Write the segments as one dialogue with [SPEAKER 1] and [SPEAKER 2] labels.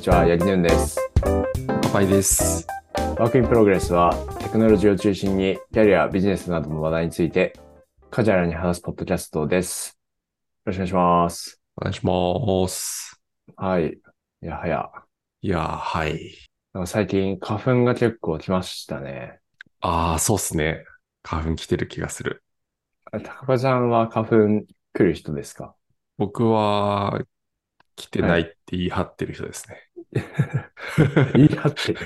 [SPEAKER 1] ちは、ヤギヌンです。
[SPEAKER 2] 乾杯です。
[SPEAKER 1] ワークインプログレスは、テクノロジーを中心に、キャリア、ビジネスなどの話題について、カジュアルに話すポッドキャストです。よろしくお願いします。
[SPEAKER 2] お願いします。
[SPEAKER 1] はい。いやはや。
[SPEAKER 2] いやー、はい。
[SPEAKER 1] なんか最近、花粉が結構来ましたね。
[SPEAKER 2] ああ、そうっすね。花粉来てる気がする。
[SPEAKER 1] あ高橋さんは花粉来る人ですか
[SPEAKER 2] 僕は、来てないって言い張ってる人ですね。
[SPEAKER 1] 言い張ってる。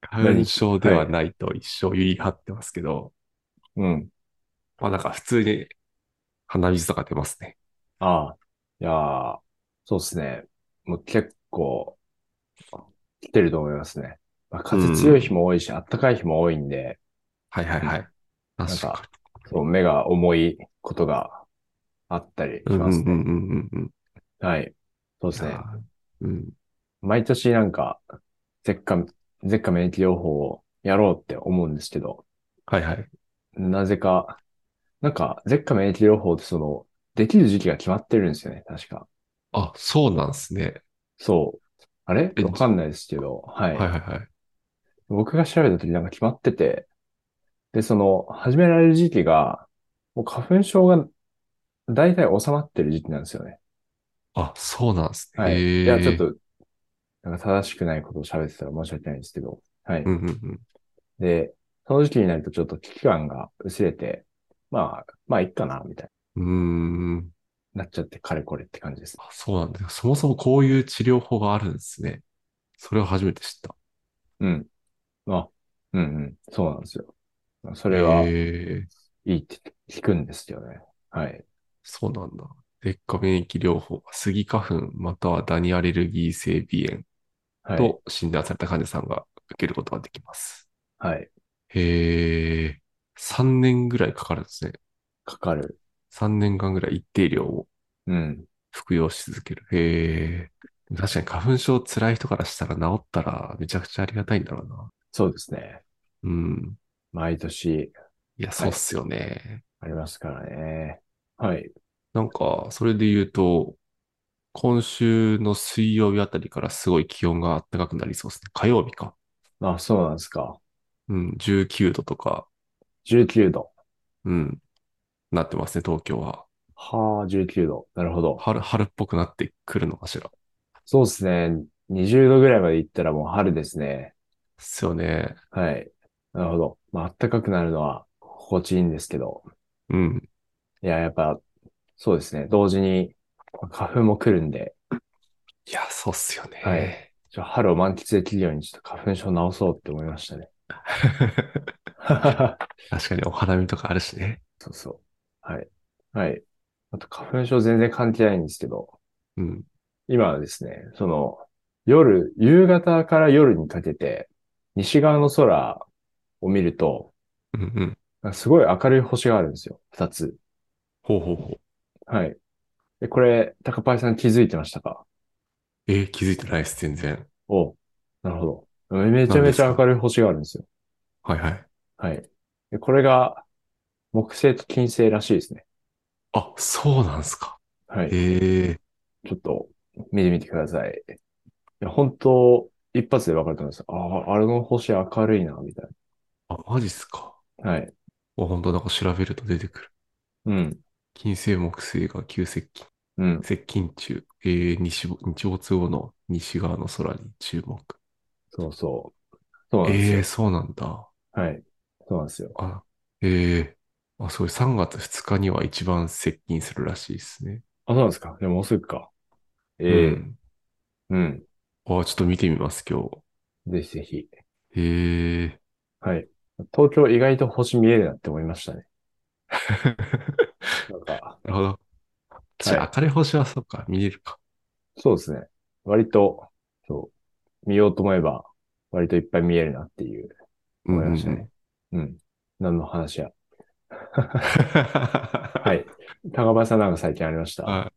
[SPEAKER 2] 花粉症ではないと一生言い張ってますけど、
[SPEAKER 1] うん。
[SPEAKER 2] まあなんか普通に鼻水とか出ますね。
[SPEAKER 1] ああ。いやーそうですね。もう結構、来てると思いますね。まあ、風強い日も多いし、暖かい日も多いんで、
[SPEAKER 2] はいはいはい。
[SPEAKER 1] ん
[SPEAKER 2] 確
[SPEAKER 1] なん
[SPEAKER 2] か
[SPEAKER 1] そう、目が重いことがあったりし
[SPEAKER 2] に。うんう
[SPEAKER 1] ま
[SPEAKER 2] ん
[SPEAKER 1] す
[SPEAKER 2] う
[SPEAKER 1] ね。
[SPEAKER 2] んうんうん。
[SPEAKER 1] はい。そうです
[SPEAKER 2] い
[SPEAKER 1] ね
[SPEAKER 2] や。ーうん。
[SPEAKER 1] 毎年なんか、舌下、舌下免疫療法をやろうって思うんですけど、
[SPEAKER 2] はいはい。
[SPEAKER 1] なぜか、なんか、舌下免疫療法ってその、できる時期が決まってるんですよね、確か。
[SPEAKER 2] あ、そうなんですね。
[SPEAKER 1] そう。あれ
[SPEAKER 2] え
[SPEAKER 1] わかんないですけど、はい。
[SPEAKER 2] はいはいはい。
[SPEAKER 1] 僕が調べた時なんか決まってて、で、その、始められる時期が、もう花粉症が大体収まってる時期なんですよね。
[SPEAKER 2] あ、そうなんですね。
[SPEAKER 1] はい。
[SPEAKER 2] へー
[SPEAKER 1] いや、ちょっ。と、なんか正しくないことを喋ってたら申し訳ないんですけど、はい。
[SPEAKER 2] うんうんうん。
[SPEAKER 1] で、その時期になるとちょっと危機感が薄れて、まあ、まあ、いっかな、みたいう
[SPEAKER 2] ーん。
[SPEAKER 1] になっちゃって、かれこれって感じです。
[SPEAKER 2] あそうなんだ。そもそもこういう治療法があるんですね。それを初めて知った。
[SPEAKER 1] うん。あ、うんうん。そうなんですよ。そ
[SPEAKER 2] こ
[SPEAKER 1] れは、い
[SPEAKER 2] え
[SPEAKER 1] いって聞くんですよね。はい。
[SPEAKER 2] そうなんだ。劣化免疫療法、スギ花粉、またはダニアレルギー性鼻
[SPEAKER 1] はい。
[SPEAKER 2] 炎と診断された患者さんが受けることができます。
[SPEAKER 1] はい。
[SPEAKER 2] へえ、3年ぐらいかかるんですね。
[SPEAKER 1] かかる。
[SPEAKER 2] 3年間ぐらい一定量を
[SPEAKER 1] うん。
[SPEAKER 2] 服用し続ける。へえ、確かに花粉症辛い人からしたら治ったらめちゃくちゃありがたいんだろうな。
[SPEAKER 1] そうですね。
[SPEAKER 2] うん。
[SPEAKER 1] 毎年
[SPEAKER 2] いや、そうっすよね。
[SPEAKER 1] ありますからね。はい。
[SPEAKER 2] なんか、それで言うと、今週の水曜日あたりからすごい気温が暖かくなりそうですね。火曜日か。
[SPEAKER 1] あ、そうなんですか。
[SPEAKER 2] うん、19度とか、
[SPEAKER 1] 19度。
[SPEAKER 2] うん、なってますね、東京は。
[SPEAKER 1] はあ、19度。なるほど。
[SPEAKER 2] 春、春っぽくなってくるのかしら。
[SPEAKER 1] そうですね。20度ぐらいまで行ったらもう春ですね。
[SPEAKER 2] ですよね。
[SPEAKER 1] はい。なるほど。まあ、暖かくなるのは心地いいんですけど。
[SPEAKER 2] うん。
[SPEAKER 1] いや、やっぱ、そうですね。同時に、花粉も来るんで、
[SPEAKER 2] いや、そうっすよね。
[SPEAKER 1] はいちょ春を満喫できるように、ちょっと花粉症治そうって思いましたね。
[SPEAKER 2] 確かにお花見とかあるしね。
[SPEAKER 1] そうそう。はい。はい。あと、花粉症全然関係ないんですけど、
[SPEAKER 2] うん。
[SPEAKER 1] 今はですね、その、夜、夕方から夜にかけて、西側の空を見ると、
[SPEAKER 2] うんうん。
[SPEAKER 1] なんかすごい明るい星があるんですよ。二つ。
[SPEAKER 2] ほうほうほう。
[SPEAKER 1] はい。で、これ、高パイさん気づいてましたか
[SPEAKER 2] えー気づいてないです、全然。
[SPEAKER 1] おなるほど。めちゃめちゃ明るい星があるんですよ。
[SPEAKER 2] はいはい。
[SPEAKER 1] はい。で、これが、木星と金星らしいですね。
[SPEAKER 2] あ、そうなんすか。
[SPEAKER 1] はい。
[SPEAKER 2] へえ。
[SPEAKER 1] ちょっと、見てみてください。いや、本当一発でわかると思います。ああ、あれの星明るいな、みたい
[SPEAKER 2] あ、マジっすか。
[SPEAKER 1] な。はい。
[SPEAKER 2] あ、ほんと、なんか調べると出てくる。
[SPEAKER 1] うん。
[SPEAKER 2] 金星木星が急接近。
[SPEAKER 1] うん。
[SPEAKER 2] 接近中、えー、日日没後の西側の空に注目。
[SPEAKER 1] そうそう。そうなんです
[SPEAKER 2] え
[SPEAKER 1] よ
[SPEAKER 2] ー、。そうなんだ。
[SPEAKER 1] はい。そうなんですよ。
[SPEAKER 2] あ、えー、あ、そう、3月2日には一番接近するらしいですね。
[SPEAKER 1] あ、そうなんですか。でももうすぐか。ええ
[SPEAKER 2] うん
[SPEAKER 1] うん。
[SPEAKER 2] あ、ちょっと見てみます、今日。
[SPEAKER 1] ぜひぜひ。
[SPEAKER 2] えー、
[SPEAKER 1] はい。東京意外と星見えるなって思いましたね。なんか、
[SPEAKER 2] なるほど。じゃあ、明るい星はそうか、見えるか。
[SPEAKER 1] そうですね。割と、そう、見ようと思えば、割といっぱい見えるなっていう。思いましたね。 うん。何の話や。は。
[SPEAKER 2] はい
[SPEAKER 1] 高林さんなんか最近ありました。
[SPEAKER 2] はい。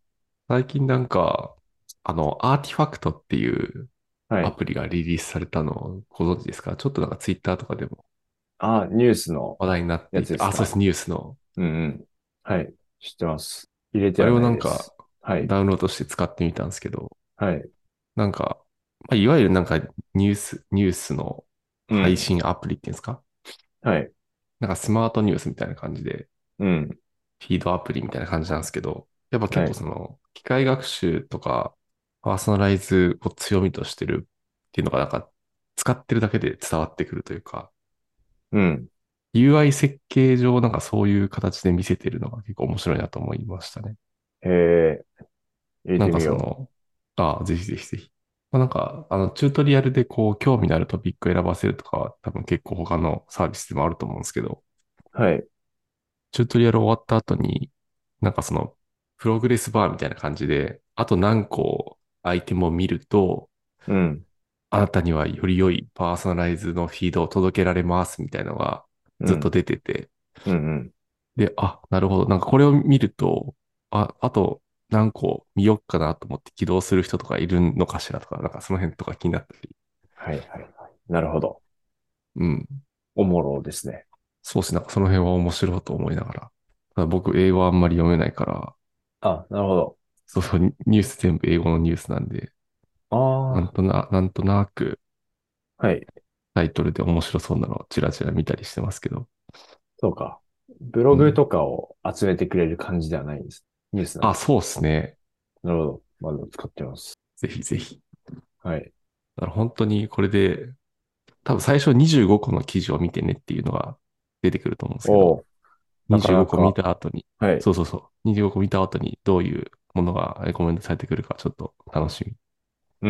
[SPEAKER 2] 最近なんか、あの、アーティファクトっていう
[SPEAKER 1] はい
[SPEAKER 2] ア。プリがリリースされたのご存知ですかちょっとなんかツイッターとかでも
[SPEAKER 1] あ、ニュースの。
[SPEAKER 2] 話題になってい
[SPEAKER 1] やつで
[SPEAKER 2] て、
[SPEAKER 1] すか
[SPEAKER 2] あ、そうです、ニュースの。
[SPEAKER 1] うんうん。はい。知ってます。入れて
[SPEAKER 2] あ
[SPEAKER 1] は
[SPEAKER 2] れをないん
[SPEAKER 1] です。
[SPEAKER 2] か
[SPEAKER 1] はい。
[SPEAKER 2] ダウンロードして使ってみたんですけど、
[SPEAKER 1] はい。
[SPEAKER 2] なんかまあ、いわゆるなんかニュース、ニュースの
[SPEAKER 1] うん
[SPEAKER 2] 配信アプリっていうんですか、
[SPEAKER 1] はい。
[SPEAKER 2] なんかスマートニュースみたいな感じで、
[SPEAKER 1] うん。
[SPEAKER 2] フィードアプリみたいな感じなんですけど、やっぱ結
[SPEAKER 1] は
[SPEAKER 2] 構
[SPEAKER 1] い
[SPEAKER 2] その、機械学習とか、パーソナライズを強みとしてるっていうのが、なんか、使ってるだけで伝わってくるというか、
[SPEAKER 1] うん。
[SPEAKER 2] UI 設計上なんかそういう形で見せてるのが結構面白いなと思いましたね。
[SPEAKER 1] へえ。入
[SPEAKER 2] な
[SPEAKER 1] れ
[SPEAKER 2] ん
[SPEAKER 1] て
[SPEAKER 2] か
[SPEAKER 1] みよ
[SPEAKER 2] その、ああ、ぜひぜひぜひ。まあ、なんか、あの、チュートリアルでこう、興味のあるトピック選ばせるとかは、多分結構他のサービスでもあると思うんですけど、
[SPEAKER 1] う。はい。
[SPEAKER 2] チュートリアル終わった後に、なんかその、プログレスバーみたいな感じで、あと何個アイテムを見ると、
[SPEAKER 1] うん。
[SPEAKER 2] あなたにはより良いパーソナライズのフィードを届けられますみたいなのが
[SPEAKER 1] うん
[SPEAKER 2] ずっと。出てて、
[SPEAKER 1] うんうん。
[SPEAKER 2] で、あ、なるほど。なんかこれを見ると、あ、あと何個見よっかなと思って起動する人とかいるのかしらとか、なんかその辺とか気になったり。
[SPEAKER 1] はいはいはい。なるほど。
[SPEAKER 2] うん。
[SPEAKER 1] おもろですね。
[SPEAKER 2] そうし、なんかその辺は面白いと思いながら。ただ僕、英語はあんまり読めないから、
[SPEAKER 1] あ、なるほど。
[SPEAKER 2] そうそう、ニニュース全部英語のニュースなんで、な
[SPEAKER 1] あ
[SPEAKER 2] んとな、なんとなく
[SPEAKER 1] あ、はい。
[SPEAKER 2] タイトルで面白そうなのをチラチラ見たりしてますけど。
[SPEAKER 1] そうか。ブログとかを集めてくれる感じではないんです。ニュースなん
[SPEAKER 2] あ、
[SPEAKER 1] です。
[SPEAKER 2] そうですね。
[SPEAKER 1] なるほど。まだ使ってます。
[SPEAKER 2] ぜひぜひ。
[SPEAKER 1] はい。
[SPEAKER 2] だから本当にこれで、多分最初25個の記事を見てねっていうのが出てくると思うんですけど、
[SPEAKER 1] おうなかな
[SPEAKER 2] 25
[SPEAKER 1] か
[SPEAKER 2] 個見た後に、
[SPEAKER 1] はい。
[SPEAKER 2] そうそうそう、25個見た後にどういうものがレコメンドされてくるかちょっと楽しみ。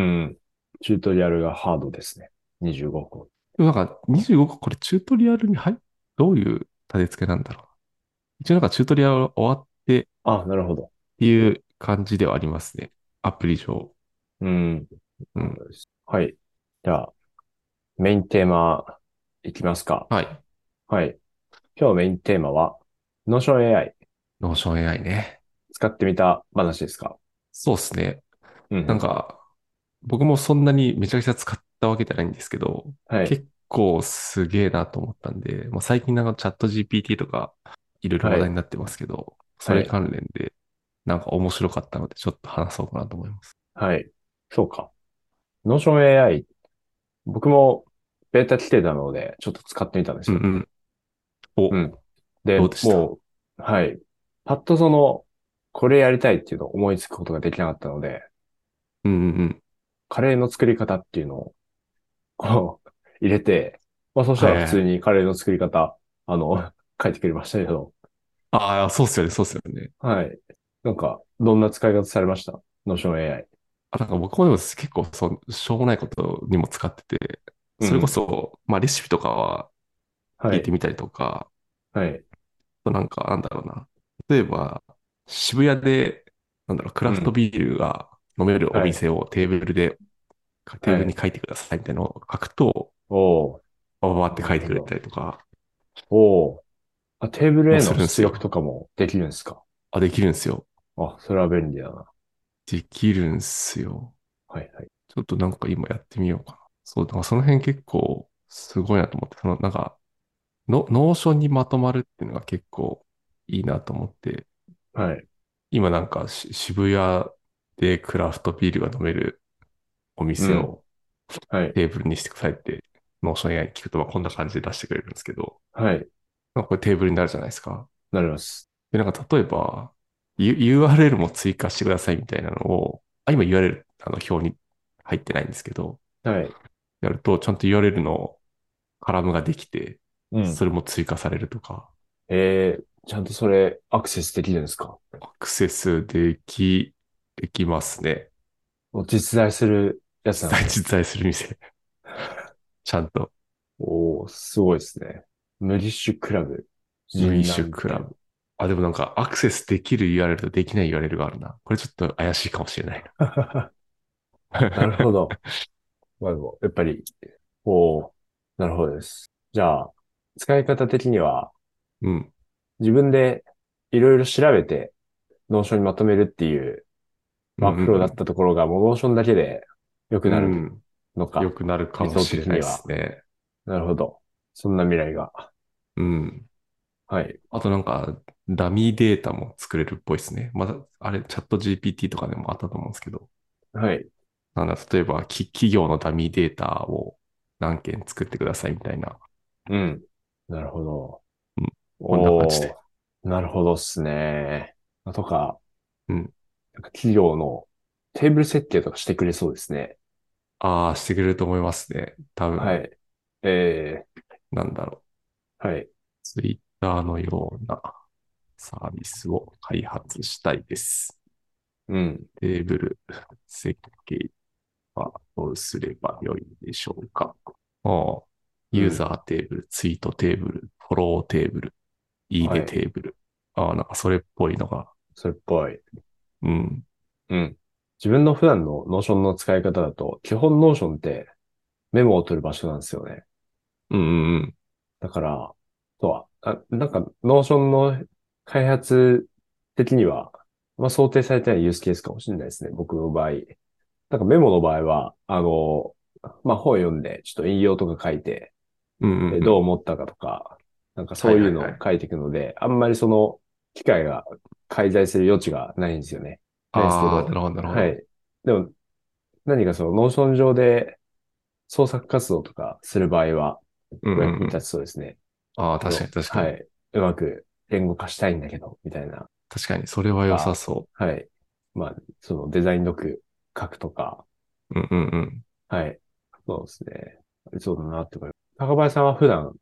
[SPEAKER 1] うん。チュートリアルがハードですね。25個。
[SPEAKER 2] でもなんか25個これチュートリアルに入っどういう立て付けなんだろう。一応なんかチュートリアル終わってっ
[SPEAKER 1] あ、なるほど。
[SPEAKER 2] ていう感じではありますね。アプリ上。
[SPEAKER 1] うん。
[SPEAKER 2] うん
[SPEAKER 1] はい。じゃあ、メインテーマいきますか。
[SPEAKER 2] はい。
[SPEAKER 1] はい。今日メインテーマは、ノーション AI
[SPEAKER 2] ノーション AI ね。
[SPEAKER 1] 使ってみた話ですか
[SPEAKER 2] そうですね。
[SPEAKER 1] うん。
[SPEAKER 2] なんか、僕もそんなにめちゃくちゃ使ったわけじゃないんですけど、
[SPEAKER 1] はい。
[SPEAKER 2] 結構すげえなと思ったんで、まあ、最近なんかチャット GPT とかいろいろ話題になってますけど、それ関連でなんか面白かったのでちょっと話そうかなと思います。
[SPEAKER 1] はい。そうか。ノーション AI、僕もベータ来てたので、ちょっと使ってみたんです
[SPEAKER 2] うん
[SPEAKER 1] よ。
[SPEAKER 2] うん。お、
[SPEAKER 1] うんで、
[SPEAKER 2] どうでした
[SPEAKER 1] もう、はい。パッとその、これやりたいっていうのを思いつくことができなかったので、
[SPEAKER 2] うんうんうん。
[SPEAKER 1] カレーの作り方っていうのを、こう、 入れて、まあそしたら普通にカレーの作り方、あの、 書いてくれましたけど、
[SPEAKER 2] ああ、そうっすよね、そうっすよね。
[SPEAKER 1] はい。なんか、どんな使い方されましたノーション AI。
[SPEAKER 2] あ、なんか僕もでも結構そうしょうもないことにも使ってて、それこそ、まあレシピとかは
[SPEAKER 1] は
[SPEAKER 2] 聞
[SPEAKER 1] い
[SPEAKER 2] いて。みたりとか、
[SPEAKER 1] はい。
[SPEAKER 2] となんか、なんだろうな。例えば、渋谷で、なんだろう、クラフトビールが飲めるお店をテーブルで、テーブルに書いてくださいみたいなのを書くと、
[SPEAKER 1] おー
[SPEAKER 2] バババって書いてくれたりとか、
[SPEAKER 1] おーあ、テーブルへ
[SPEAKER 2] もうするん
[SPEAKER 1] の
[SPEAKER 2] です
[SPEAKER 1] 出
[SPEAKER 2] よ
[SPEAKER 1] 力とかもできるんですか
[SPEAKER 2] あ、できるんですよ。
[SPEAKER 1] あ、それは便利だな。
[SPEAKER 2] できるんすよ。
[SPEAKER 1] はいはい。
[SPEAKER 2] ちょっとなんか今やってみようかな。そう、だからその辺結構すごいなと思って、そのなんか、の、ノーションにまとまるっていうのが結構いいなと思って、
[SPEAKER 1] はい。
[SPEAKER 2] 今なんかし渋谷でクラフトビールが飲めるお店を
[SPEAKER 1] はい。
[SPEAKER 2] テーブルにしてくださいって、ノーション AI に聞くとまあこんな感じで出してくれるんですけど、
[SPEAKER 1] はい。
[SPEAKER 2] なんかこれテーブルになるじゃないですか。
[SPEAKER 1] なります。
[SPEAKER 2] で、なんか例えば、U- URL も追加してくださいみたいなのを、あ、今 URL あの表に入ってないんですけど、
[SPEAKER 1] はい。
[SPEAKER 2] やるとちゃんと URL のカラムができて、
[SPEAKER 1] うん。
[SPEAKER 2] それも追加されるとか、
[SPEAKER 1] えー、ちゃんとそれアクセスできるんですか
[SPEAKER 2] アクセスでき、できますね。
[SPEAKER 1] もう実在するやつな
[SPEAKER 2] 実
[SPEAKER 1] んで
[SPEAKER 2] 在 実在する店。ちゃんと。
[SPEAKER 1] おー、すごいですね。ムリッシュクラブ。
[SPEAKER 2] ムリッシュクラブ。あ、でもなんかアクセスできる URL とできない URL があるな。これちょっと怪しいかもしれない
[SPEAKER 1] な
[SPEAKER 2] な。
[SPEAKER 1] るほど。まあでも、やっぱり、おー、なるほどです。じゃあ、使い方的には、
[SPEAKER 2] うん。
[SPEAKER 1] 自分でいろいろ調べて、ノーションにまとめるっていうワークフローだったところが、もうノーションだけで良くな
[SPEAKER 2] う
[SPEAKER 1] る
[SPEAKER 2] ん
[SPEAKER 1] のか。
[SPEAKER 2] よくなるかもしれないですね。
[SPEAKER 1] なるほど。そんな未来が。
[SPEAKER 2] うん。
[SPEAKER 1] はい。
[SPEAKER 2] あとなんか、ダミーデータも作れるっぽいですね。まだ、あれ、チャット GPT とかでもあったと思うんですけど、
[SPEAKER 1] はい。
[SPEAKER 2] なんだ、例えば、き企業のダミーデータを何件作ってくださいみたいな。
[SPEAKER 1] うん。なるほど。
[SPEAKER 2] うん
[SPEAKER 1] おー
[SPEAKER 2] こんな感じで
[SPEAKER 1] なるほどっすね。とか、
[SPEAKER 2] うん。
[SPEAKER 1] なんか企業のテーブル設計とかしてくれそうですね。
[SPEAKER 2] ああ、してくれると思いますね。多分、
[SPEAKER 1] はい。え
[SPEAKER 2] なんだろう。
[SPEAKER 1] ー、はい。
[SPEAKER 2] ツイッターのようなサービスを開発したいです。
[SPEAKER 1] うん。
[SPEAKER 2] テーブル設計はどうすればよいでしょうかああユーザーテーブル、ツイートテーブル、フォローテーブル、いい
[SPEAKER 1] は
[SPEAKER 2] ね
[SPEAKER 1] い
[SPEAKER 2] テーブル。ああ、なんかそれっぽいのが、
[SPEAKER 1] それっぽい。
[SPEAKER 2] うん。
[SPEAKER 1] うん。自分の普段のノーションの使い方だと、基本ノーションってメモを取る場所なんですよね。
[SPEAKER 2] うんうんうん。
[SPEAKER 1] だから、そうは、あ、なんか、ノーションの開発的には、まあ、想定されてないユースケースかもしれないですね。僕の場合。なんかメモの場合は、あの、まあ、本読んで、ちょっと引用とか書いて、
[SPEAKER 2] うんうんう
[SPEAKER 1] え
[SPEAKER 2] ん、
[SPEAKER 1] どう思ったかとか、なんかそういうのを
[SPEAKER 2] はいはい
[SPEAKER 1] 書いていくので、あんまりその、機会が介在する余地がないんですよね。ないですけど
[SPEAKER 2] ああ、なるほど、なるほど。
[SPEAKER 1] はい。でも、何かその、ノーション上で創作活動とかする場合は、
[SPEAKER 2] うん
[SPEAKER 1] お
[SPEAKER 2] うん
[SPEAKER 1] 役に
[SPEAKER 2] うん
[SPEAKER 1] 立ちそうですね。
[SPEAKER 2] ああ、確かに確かに。
[SPEAKER 1] はい。うまく言語化したいんだけど、みたいな。
[SPEAKER 2] 確かに、それは良さそ
[SPEAKER 1] はい。まあ、そのデザイン力書くとか、
[SPEAKER 2] う。うんうんうん。
[SPEAKER 1] はい。そうですね。ありそうだなって思います。高林さんは普段、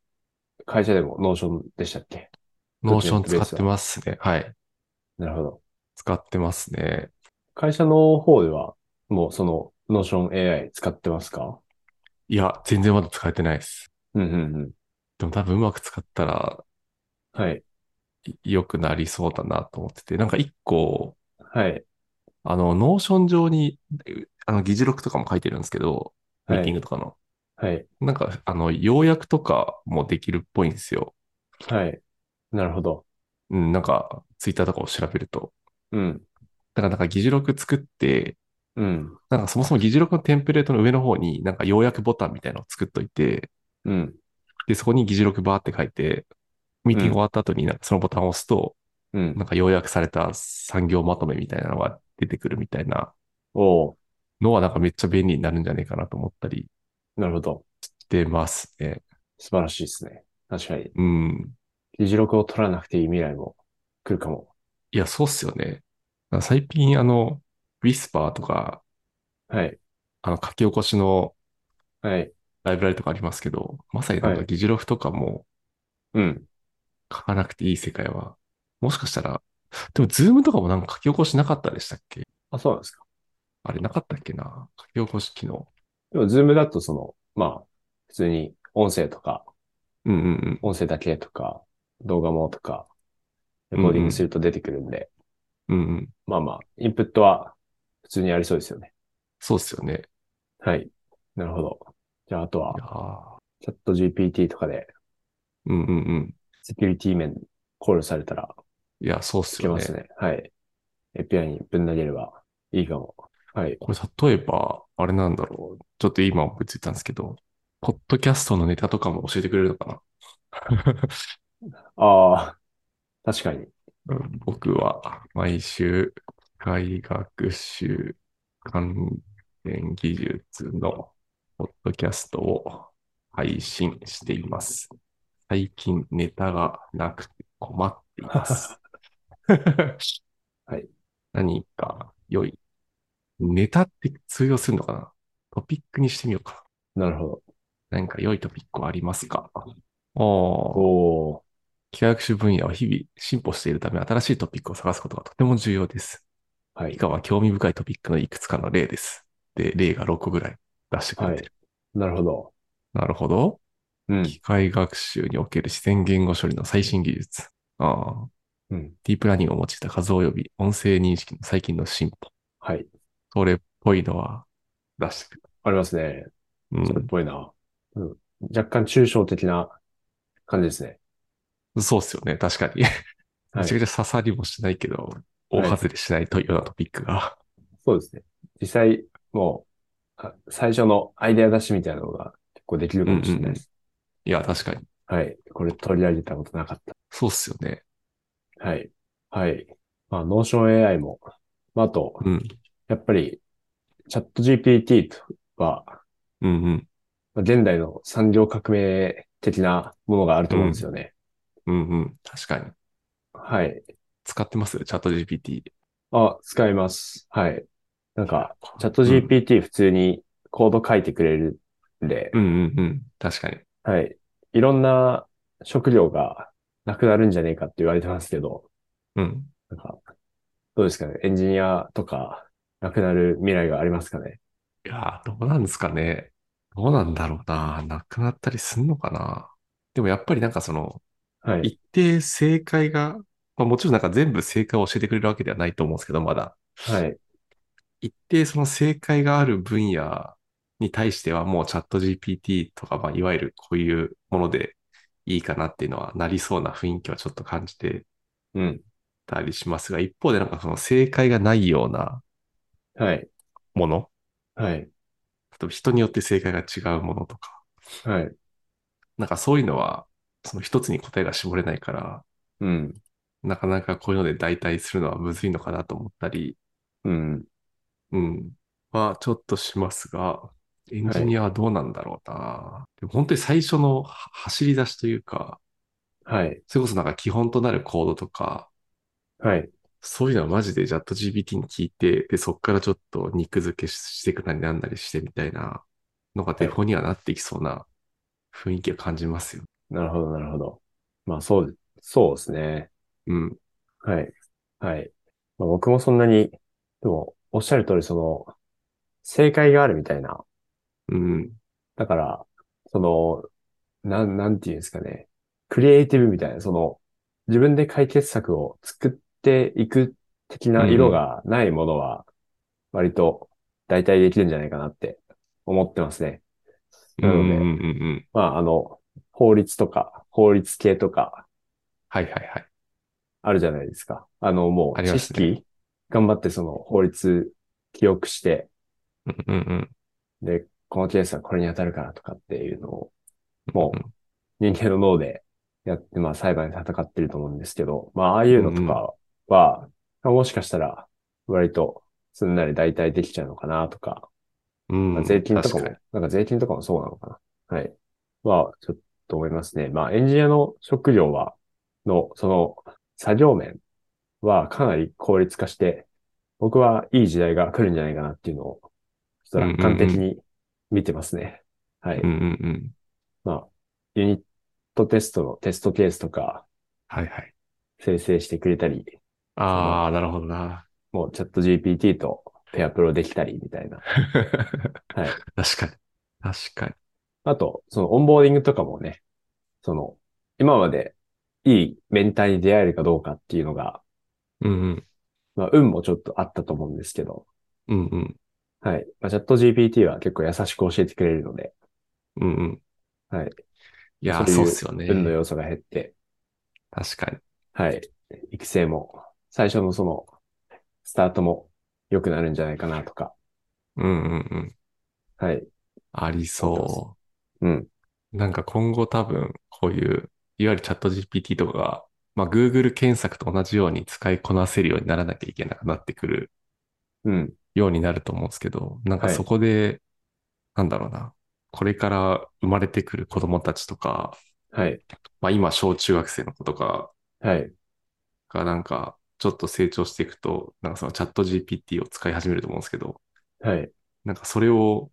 [SPEAKER 1] 会社でもノーションでしたっけ
[SPEAKER 2] ノーション使ってますね。はい。
[SPEAKER 1] なるほど。
[SPEAKER 2] 使ってますね。
[SPEAKER 1] 会社の方では、もうその、ノーション AI 使ってますか
[SPEAKER 2] いや、全然まだ使えてないです。
[SPEAKER 1] うんうんうん。
[SPEAKER 2] でも多分うまく使ったら
[SPEAKER 1] はい。
[SPEAKER 2] い良くなりそうだなと思ってて、なんか一個、
[SPEAKER 1] はい。
[SPEAKER 2] あの、ノーション上に、うあの、議事録とかも書いてるんですけど、ミ
[SPEAKER 1] は
[SPEAKER 2] ーティン
[SPEAKER 1] い。
[SPEAKER 2] グとかの。
[SPEAKER 1] はい。
[SPEAKER 2] なんか、あの、要約とかもできるっぽいんですよ。
[SPEAKER 1] はい。なるほど。
[SPEAKER 2] うん、なんか、ツイッターとかを調べると。
[SPEAKER 1] うん。
[SPEAKER 2] だからなんか議事録作って、
[SPEAKER 1] うん。
[SPEAKER 2] なんかそもそも議事録のテンプレートの上の方になんか要約ボタンみたいなのを作っといて、
[SPEAKER 1] うん。
[SPEAKER 2] で、そこに議事録バーって書いて、ミーティング終わった後になんかそのボタンを押すと、
[SPEAKER 1] うん
[SPEAKER 2] な。んか要約された産業まとめみたいなのが出てくるみたいな
[SPEAKER 1] おー
[SPEAKER 2] のはなんかめっちゃ便利になるんじゃねえかなと思ったり
[SPEAKER 1] なるほど。
[SPEAKER 2] してますね。
[SPEAKER 1] 素晴らしいですね。確かに。
[SPEAKER 2] うん。
[SPEAKER 1] 議事録を取らなくていい未来も来るかも。
[SPEAKER 2] いや、そうっすよね。なんか最近あの、ウィスパーとか、
[SPEAKER 1] はい。
[SPEAKER 2] あの書き起こしの
[SPEAKER 1] はい。
[SPEAKER 2] ライブラリとかありますけど、まさになん
[SPEAKER 1] は
[SPEAKER 2] か
[SPEAKER 1] い
[SPEAKER 2] 議事録とかも
[SPEAKER 1] うん。
[SPEAKER 2] 書かなくていい世界は、もしかしたら、でもズームとかもなんか書き起こしなかったでしたっけ
[SPEAKER 1] あ、そうなんですか。
[SPEAKER 2] あれなかったっけな書き起こし機能。
[SPEAKER 1] でも、ズームだとその、まあ、普通に音声とか、
[SPEAKER 2] うんうんうん。
[SPEAKER 1] 音声だけとか、動画もとか、レコーディングすると出てくるんで、
[SPEAKER 2] うんうん。
[SPEAKER 1] まあまあ、インプットは普通にありそうですよね。
[SPEAKER 2] そうっすよね。、
[SPEAKER 1] はい。なるほど。じゃあ、あとはい
[SPEAKER 2] やー
[SPEAKER 1] チャット GPT とかで、
[SPEAKER 2] うんうんうん。
[SPEAKER 1] セキュリティ面考慮されたら、
[SPEAKER 2] いや、そうっ
[SPEAKER 1] つ
[SPEAKER 2] す
[SPEAKER 1] け
[SPEAKER 2] よ
[SPEAKER 1] ま
[SPEAKER 2] ね
[SPEAKER 1] す。ね。はい。API にぶん投げればいいかも。はい。
[SPEAKER 2] これ例えば、あれなんだろう。ちょっと今思いついたんですけど、ポッドキャストのネタとかも教えてくれるのかな
[SPEAKER 1] ああ、確 かに。
[SPEAKER 2] うん僕は毎週、機械学習関連技術のポッドキャストを配信しています。最近ネタがなくて困っています。
[SPEAKER 1] はい。
[SPEAKER 2] 何か良い。ネタって通用するのかなトピックにしてみようか。
[SPEAKER 1] なるほど。
[SPEAKER 2] 何か良いトピックはありますかおー
[SPEAKER 1] おー。
[SPEAKER 2] 機械学習分野は日々進歩しているため、新しいトピックを探すことがとても重要です。
[SPEAKER 1] は
[SPEAKER 2] 以
[SPEAKER 1] い。
[SPEAKER 2] 下は興味深いトピックのいくつかの例です。で、例が6個ぐらい出してくれてる。
[SPEAKER 1] なるほど。
[SPEAKER 2] なるほど。
[SPEAKER 1] うん。
[SPEAKER 2] 機械学習における自然言語処理の最新技術。ああ。
[SPEAKER 1] うん。
[SPEAKER 2] ディープラーニングを用いた画像及び音声認識の最近の進歩。
[SPEAKER 1] はい。
[SPEAKER 2] それっぽいのは出してくる。
[SPEAKER 1] ありますね。
[SPEAKER 2] う
[SPEAKER 1] それっぽいな。うん。若干抽象的な感じですね。
[SPEAKER 2] ん。そうっすよね。確かに。
[SPEAKER 1] は
[SPEAKER 2] め
[SPEAKER 1] い
[SPEAKER 2] ちゃ。くちゃ刺さりもしないけど、
[SPEAKER 1] はい
[SPEAKER 2] 大外れしないというようなトピックが。
[SPEAKER 1] そうですね。実際、もう、あ最初のアイデア出しみたいなのが結構できるかもしれないです。
[SPEAKER 2] いや、確かに。
[SPEAKER 1] はい。これ取り上げたことなかっ
[SPEAKER 2] そうっすよね。
[SPEAKER 1] た。はい。はい。まあ、ノーション AI も、まあ、あと、
[SPEAKER 2] うん。
[SPEAKER 1] やっぱり、チャット GPT とは、
[SPEAKER 2] うんうん。
[SPEAKER 1] まあ現代の産業革命的なものがあると思うんですよね。
[SPEAKER 2] うんうん。確かに。
[SPEAKER 1] はい。
[SPEAKER 2] 使ってますチャット GPT。
[SPEAKER 1] あ、使います。はい。なんか、チャット
[SPEAKER 2] うん
[SPEAKER 1] GPT 普通にコード書いてくれるんで、
[SPEAKER 2] うんうんうん。確かに。
[SPEAKER 1] はい。いろんな食料がなくなるんじゃねえかって言われてますけど、
[SPEAKER 2] うん。
[SPEAKER 1] なんか、どうですかね。エンジニアとか、なくなる未来がありますかね。
[SPEAKER 2] いやー、どうなんですかね。どうなんだろうな。なくなったりすんのかな。でもやっぱりなんかその、
[SPEAKER 1] はい。
[SPEAKER 2] 一定正解が、まあ、もちろんなんか全部正解を教えてくれるわけではないと思うんですけど、まだ。
[SPEAKER 1] はい。
[SPEAKER 2] 一定その正解がある分野に対してはもうチャット GPT とか、まあ、いわゆるこういうものでいいかなっていうのはなりそうな雰囲気はちょっと感じて
[SPEAKER 1] うん。
[SPEAKER 2] たりしますが、一方でなんかその正解がないような
[SPEAKER 1] はい。
[SPEAKER 2] もの、
[SPEAKER 1] はい。
[SPEAKER 2] 例えば人によって正解が違うものとか、
[SPEAKER 1] はい。
[SPEAKER 2] なんかそういうのはその一つに答えが絞れないから、
[SPEAKER 1] うん。
[SPEAKER 2] なかなかこういうので代替するのはむずいのかなと思ったり、
[SPEAKER 1] うん。
[SPEAKER 2] うん。は、ちょっとしますが、エンジニアはどうなんだろうな。でも本当に最初のは走り出しというか、
[SPEAKER 1] はい。
[SPEAKER 2] それこそなんか基本となるコードとか、
[SPEAKER 1] はい。
[SPEAKER 2] そういうのはマジでチャット GPT に聞いて、で、そこからちょっと肉付けししていくなりなんなりしてみたいなのがデフォにはなっていきそうな雰囲気を感じますよ。
[SPEAKER 1] なるほど、なるほど。まあ、そう、そうですね。
[SPEAKER 2] うん。
[SPEAKER 1] はい。はい。まあ、僕もそんなに、でも、おっしゃる通り、その、正解があるみたいな。
[SPEAKER 2] うん。
[SPEAKER 1] だから、その、なん、なんていうんですかね。クリエイティブみたいな、その、自分で解決策を作っていく的な色がないものは、割と代替できるんじゃないかなって思ってますね。
[SPEAKER 2] う
[SPEAKER 1] なんの
[SPEAKER 2] う
[SPEAKER 1] で
[SPEAKER 2] んうんうん。
[SPEAKER 1] まあ、あの、法律とか、法律系とか、
[SPEAKER 2] はいはいはい。
[SPEAKER 1] あるじゃないですか。あの、も
[SPEAKER 2] あ
[SPEAKER 1] う、
[SPEAKER 2] りま
[SPEAKER 1] 知
[SPEAKER 2] すね
[SPEAKER 1] 識、頑張ってその法律記憶して、
[SPEAKER 2] うんうんうん。
[SPEAKER 1] で、このケースはこれに当たるからとかっていうのを、も
[SPEAKER 2] も
[SPEAKER 1] う、人間の脳でやって、まあ、裁判で戦ってると思うんですけど、まあ、ああいうのとかは、まあもしかしたら、割と、すんなり代替できちゃうのかなとか、
[SPEAKER 2] う、うん
[SPEAKER 1] まあ、税金とか
[SPEAKER 2] 確
[SPEAKER 1] も
[SPEAKER 2] に、
[SPEAKER 1] なんか税金とかもそうなのかな。はい。は、ちょっと思いますね。まあ、エンジニアの職業は、の、その、作業面はかなり効率化して、僕はいい時代が来るんじゃないかなっていうのを、ちょっと楽観的に見てますね。はい。
[SPEAKER 2] うんうんうん。
[SPEAKER 1] まあ、ユニットテストのテストケースとか
[SPEAKER 2] はいはい。
[SPEAKER 1] 生成してくれたり、
[SPEAKER 2] ああ、なるほど な。
[SPEAKER 1] もうチャット GPT とペアプロできたりみたいな。はい。
[SPEAKER 2] 確かに。確かに。
[SPEAKER 1] あと、そのオンボーディングとかもね、その、今までいいメンターに出会えるかどうかっていうのが、
[SPEAKER 2] うんうん。
[SPEAKER 1] まあ、運もちょっとあったと思うんですけど、
[SPEAKER 2] うんうん。
[SPEAKER 1] はい。まあ、チャット GPT は結構優しく教えてくれるので、
[SPEAKER 2] うんうん。
[SPEAKER 1] はい。
[SPEAKER 2] いやー、
[SPEAKER 1] そ
[SPEAKER 2] そう
[SPEAKER 1] いう
[SPEAKER 2] うっすよね。
[SPEAKER 1] 運の要素が減って、
[SPEAKER 2] 確かに。
[SPEAKER 1] はい。育成も、最初のその、スタートも良くなるんじゃないかなとか、
[SPEAKER 2] うんうんうん。
[SPEAKER 1] はい。
[SPEAKER 2] ありそ
[SPEAKER 1] うん。
[SPEAKER 2] う。なんか今後多分、こういう、いわゆるチャット GPT とかが、まあ、Google 検索と同じように使いこなせるようにならなきゃいけなくなってくる
[SPEAKER 1] うん。
[SPEAKER 2] ようになると思うんですけど、なんか
[SPEAKER 1] はい
[SPEAKER 2] そこで、なんだろうな。これから生まれてくる子供たちとか、
[SPEAKER 1] はい。
[SPEAKER 2] まあ今、小中学生の子とか
[SPEAKER 1] はい。
[SPEAKER 2] がなんか、ちょっと成長していくと、なんかそのチャット GPT を使い始めると思うんですけど、
[SPEAKER 1] はい。
[SPEAKER 2] なんかそれを、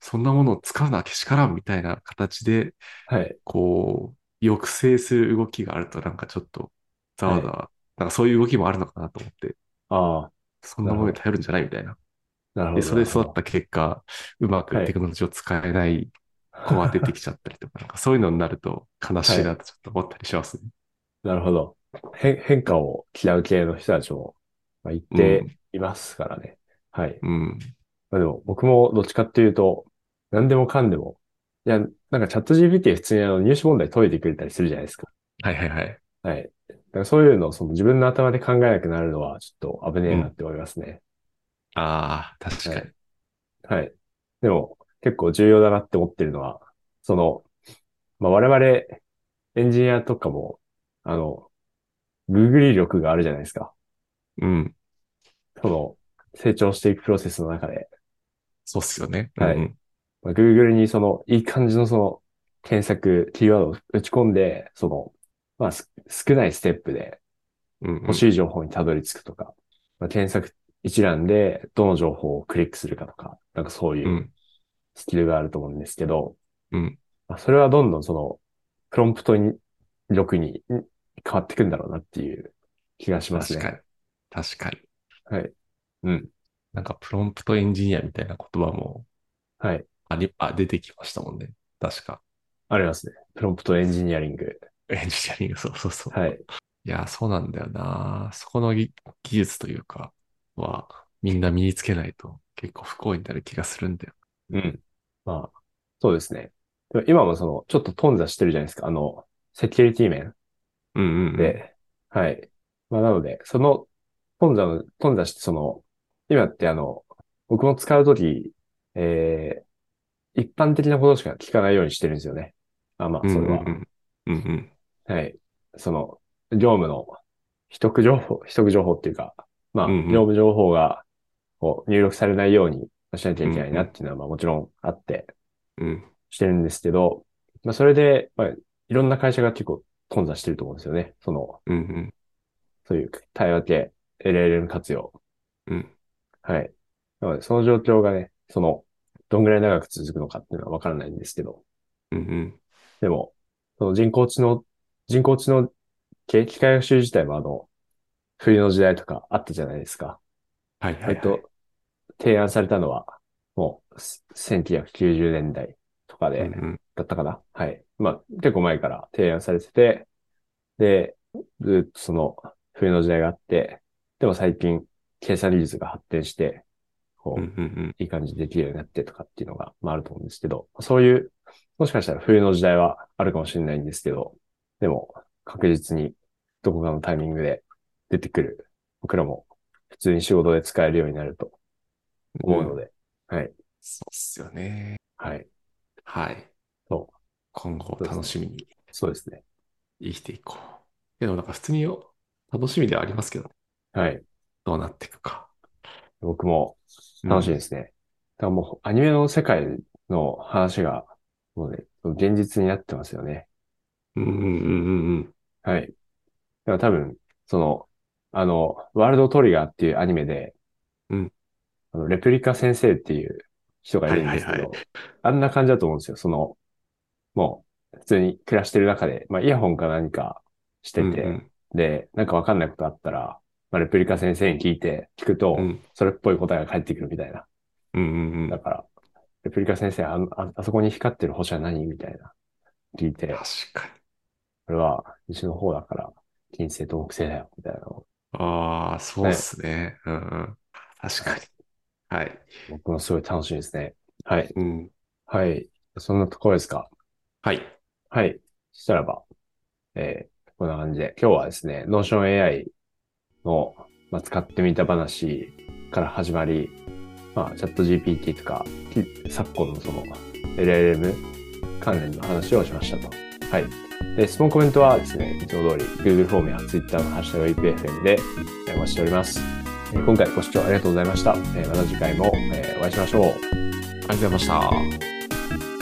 [SPEAKER 2] そんなものを使うのはけしからんみたいな形で、
[SPEAKER 1] はい。
[SPEAKER 2] こう、抑制する動きがあると、なんかちょっと、ざわざわ、なんかそういう動きもあるのかなと思って、
[SPEAKER 1] ああ、
[SPEAKER 2] そんなものに頼るんじゃないみたいな。
[SPEAKER 1] なるほど。
[SPEAKER 2] で、それで
[SPEAKER 1] なるほ
[SPEAKER 2] 育
[SPEAKER 1] ど
[SPEAKER 2] った結果、うま
[SPEAKER 1] は
[SPEAKER 2] く
[SPEAKER 1] い
[SPEAKER 2] テクノロジーを使えない子が出てきちゃったりとか、なんかそういうのになると悲しいなとちょっと思ったりしますね。
[SPEAKER 1] なるほど。変、変化を嫌う系の人たちも、まあ、一定いますからね。はい。
[SPEAKER 2] うん。うん。
[SPEAKER 1] まあでも、僕もどっちかっていうと、何でもかんでも。いや、なんかチャット GPT 普通にあの入試問題解いてくれたりするじゃないですか。
[SPEAKER 2] はいはいはい。
[SPEAKER 1] はい。だからそういうのをその自分の頭で考えなくなるのはちょっと危ねえなって思いますね。
[SPEAKER 2] ああ、確かに。
[SPEAKER 1] はい。でも、結構重要だなって思ってるのは、その、まあ、我々、エンジニアとかも、あの、ググり力があるじゃないですか。
[SPEAKER 2] うん。
[SPEAKER 1] その、成長していくプロセスの中で。
[SPEAKER 2] そうっすよね。
[SPEAKER 1] はい
[SPEAKER 2] うん
[SPEAKER 1] まあ Google にその、いい感じのその、検索、キーワードを打ち込んで、その、まあ、す少ないステップで
[SPEAKER 2] うん。
[SPEAKER 1] 欲
[SPEAKER 2] い。
[SPEAKER 1] しい情報にたどり着くとか、まあ、検索一覧でどの情報をクリックするかとか、なんかそう
[SPEAKER 2] う。
[SPEAKER 1] いうんスキルがあると思うんですけど、
[SPEAKER 2] うん。
[SPEAKER 1] まあ、それはどんどんその、プロンプトに、力にん変わっていくんだろうなっていう気がします
[SPEAKER 2] 確
[SPEAKER 1] ね。
[SPEAKER 2] かに。確かに。
[SPEAKER 1] はい。うん。
[SPEAKER 2] なんか、プロンプトエンジニアみたいな言葉も、
[SPEAKER 1] はい。
[SPEAKER 2] あり、あ、出てきましたもんね。確か。
[SPEAKER 1] ありますね。プロンプトエンジニアリング。
[SPEAKER 2] エンジニアリング、そうそうそう。。
[SPEAKER 1] はいい。
[SPEAKER 2] や、そうなんだよな。そこの技技術というか、は、みんな身につけないと結構不幸になる気がするんだよ。
[SPEAKER 1] うん。まあ、そうですね。でも今もその、ちょっと頓挫してるじゃないですか。あの、セキュリティ面
[SPEAKER 2] うんうんうん。
[SPEAKER 1] で。はい。まあ、なので、その、頓挫の、頓挫して、その、今ってあの、僕も使うとき、えー、一般的なことしか聞かないようにしてるんですよね。あ、まあ、
[SPEAKER 2] うん
[SPEAKER 1] そうれは。
[SPEAKER 2] んうん。うんうん。
[SPEAKER 1] はい。その、業務の、秘匿情報、秘匿情報っていうか、まあ、
[SPEAKER 2] うんうん
[SPEAKER 1] 業務情報が、こう、入力されないようにしなきゃいけないなっていうのは、まあ、もちろんあって、
[SPEAKER 2] うん。
[SPEAKER 1] してるんですけど、まあ、それで、まあ、いろんな会社が結構混雑してると思うんですよね。その、
[SPEAKER 2] うんうん。
[SPEAKER 1] そういう対話系、LLM 活用。
[SPEAKER 2] うん。
[SPEAKER 1] はい。なので、その状況がね、その、どんぐらい長く続くのかっていうのはわからないんですけど、
[SPEAKER 2] うんうん。
[SPEAKER 1] でも、その人工知能、人工知能系、機械学習自体もあの、冬の時代とかあったじゃないですか。
[SPEAKER 2] はいはいはい。
[SPEAKER 1] えっと、提案されたのは、もう、す1990年代とかで、
[SPEAKER 2] うんうん。
[SPEAKER 1] だったかなはい。まあ、結構前から提案されてて、で、ずっとその冬の時代があって、でも最近、計算技術が発展して、こ
[SPEAKER 2] う
[SPEAKER 1] う、
[SPEAKER 2] んうんうん。
[SPEAKER 1] いい感じにできるようになってとかっていうのが、まああると思うんですけど、そういう、もしかしたら冬の時代はあるかもしれないんですけど、でも確実にどこかのタイミングで出てくる、僕らも普通に仕事で使えるようになると思うので、
[SPEAKER 2] そうっすよね。
[SPEAKER 1] はい。
[SPEAKER 2] はい。
[SPEAKER 1] そう。
[SPEAKER 2] 今後を楽しみに
[SPEAKER 1] そうですね。
[SPEAKER 2] 生きていこう。けどなんか普通に楽しみではありますけど、
[SPEAKER 1] はい。
[SPEAKER 2] どうなっていくか。
[SPEAKER 1] 僕も楽しいですね。だからもうアニメの世界の話が、もうね、現実になってますよね。
[SPEAKER 2] うんうんうんうんうん。
[SPEAKER 1] はい。だから多分、その、あの、ワールドトリガーっていうアニメで、
[SPEAKER 2] うん
[SPEAKER 1] あの、レプリカ先生っていう人がいるんですけど、
[SPEAKER 2] はいはい
[SPEAKER 1] あんな感じだと思うんですよ。その、もう、普通に暮らしてる中で、まあ、イヤホンか何かしてて、
[SPEAKER 2] うん
[SPEAKER 1] で、なんかわかんないことあったら、まあ、レプリカ先生に聞いて、聞くと、
[SPEAKER 2] うん
[SPEAKER 1] それっぽい答えが返ってくるみたいな。
[SPEAKER 2] うんうんう
[SPEAKER 1] だ
[SPEAKER 2] ん。
[SPEAKER 1] から、レプリカ先生、あのああそこに光ってる星は何みたいな。聞いて
[SPEAKER 2] 確、かに。
[SPEAKER 1] これは西の方だから、金星と木星だよ、みたいなのを
[SPEAKER 2] ああ、そうっすね。うんうん。確かに。はい。
[SPEAKER 1] 僕もすごい楽しいですね。はい。
[SPEAKER 2] うん。
[SPEAKER 1] はい。そんなところですか。
[SPEAKER 2] はい。
[SPEAKER 1] はい。そしたらば、えーこんな感じで、今日はですね、Notion AI の、まあ、使ってみた話から始まり、まあ、チャット GPT とか、き昨今のその LLM 関連の話をしましたと。はい。で、質問コメントはですね、いつも通り Google フォームや Twitter のハッシュタグ EPFM でえーお待ちしております。えー今回ご視聴ありがとうございました。えーまた次回も、えーお会いしましょう。
[SPEAKER 2] ありがとうございました。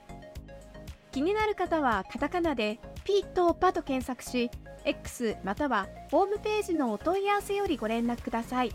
[SPEAKER 3] 気になる方はカタカナでピーとパと検索し、X またはホームページのお問い合わせよりご連絡ください。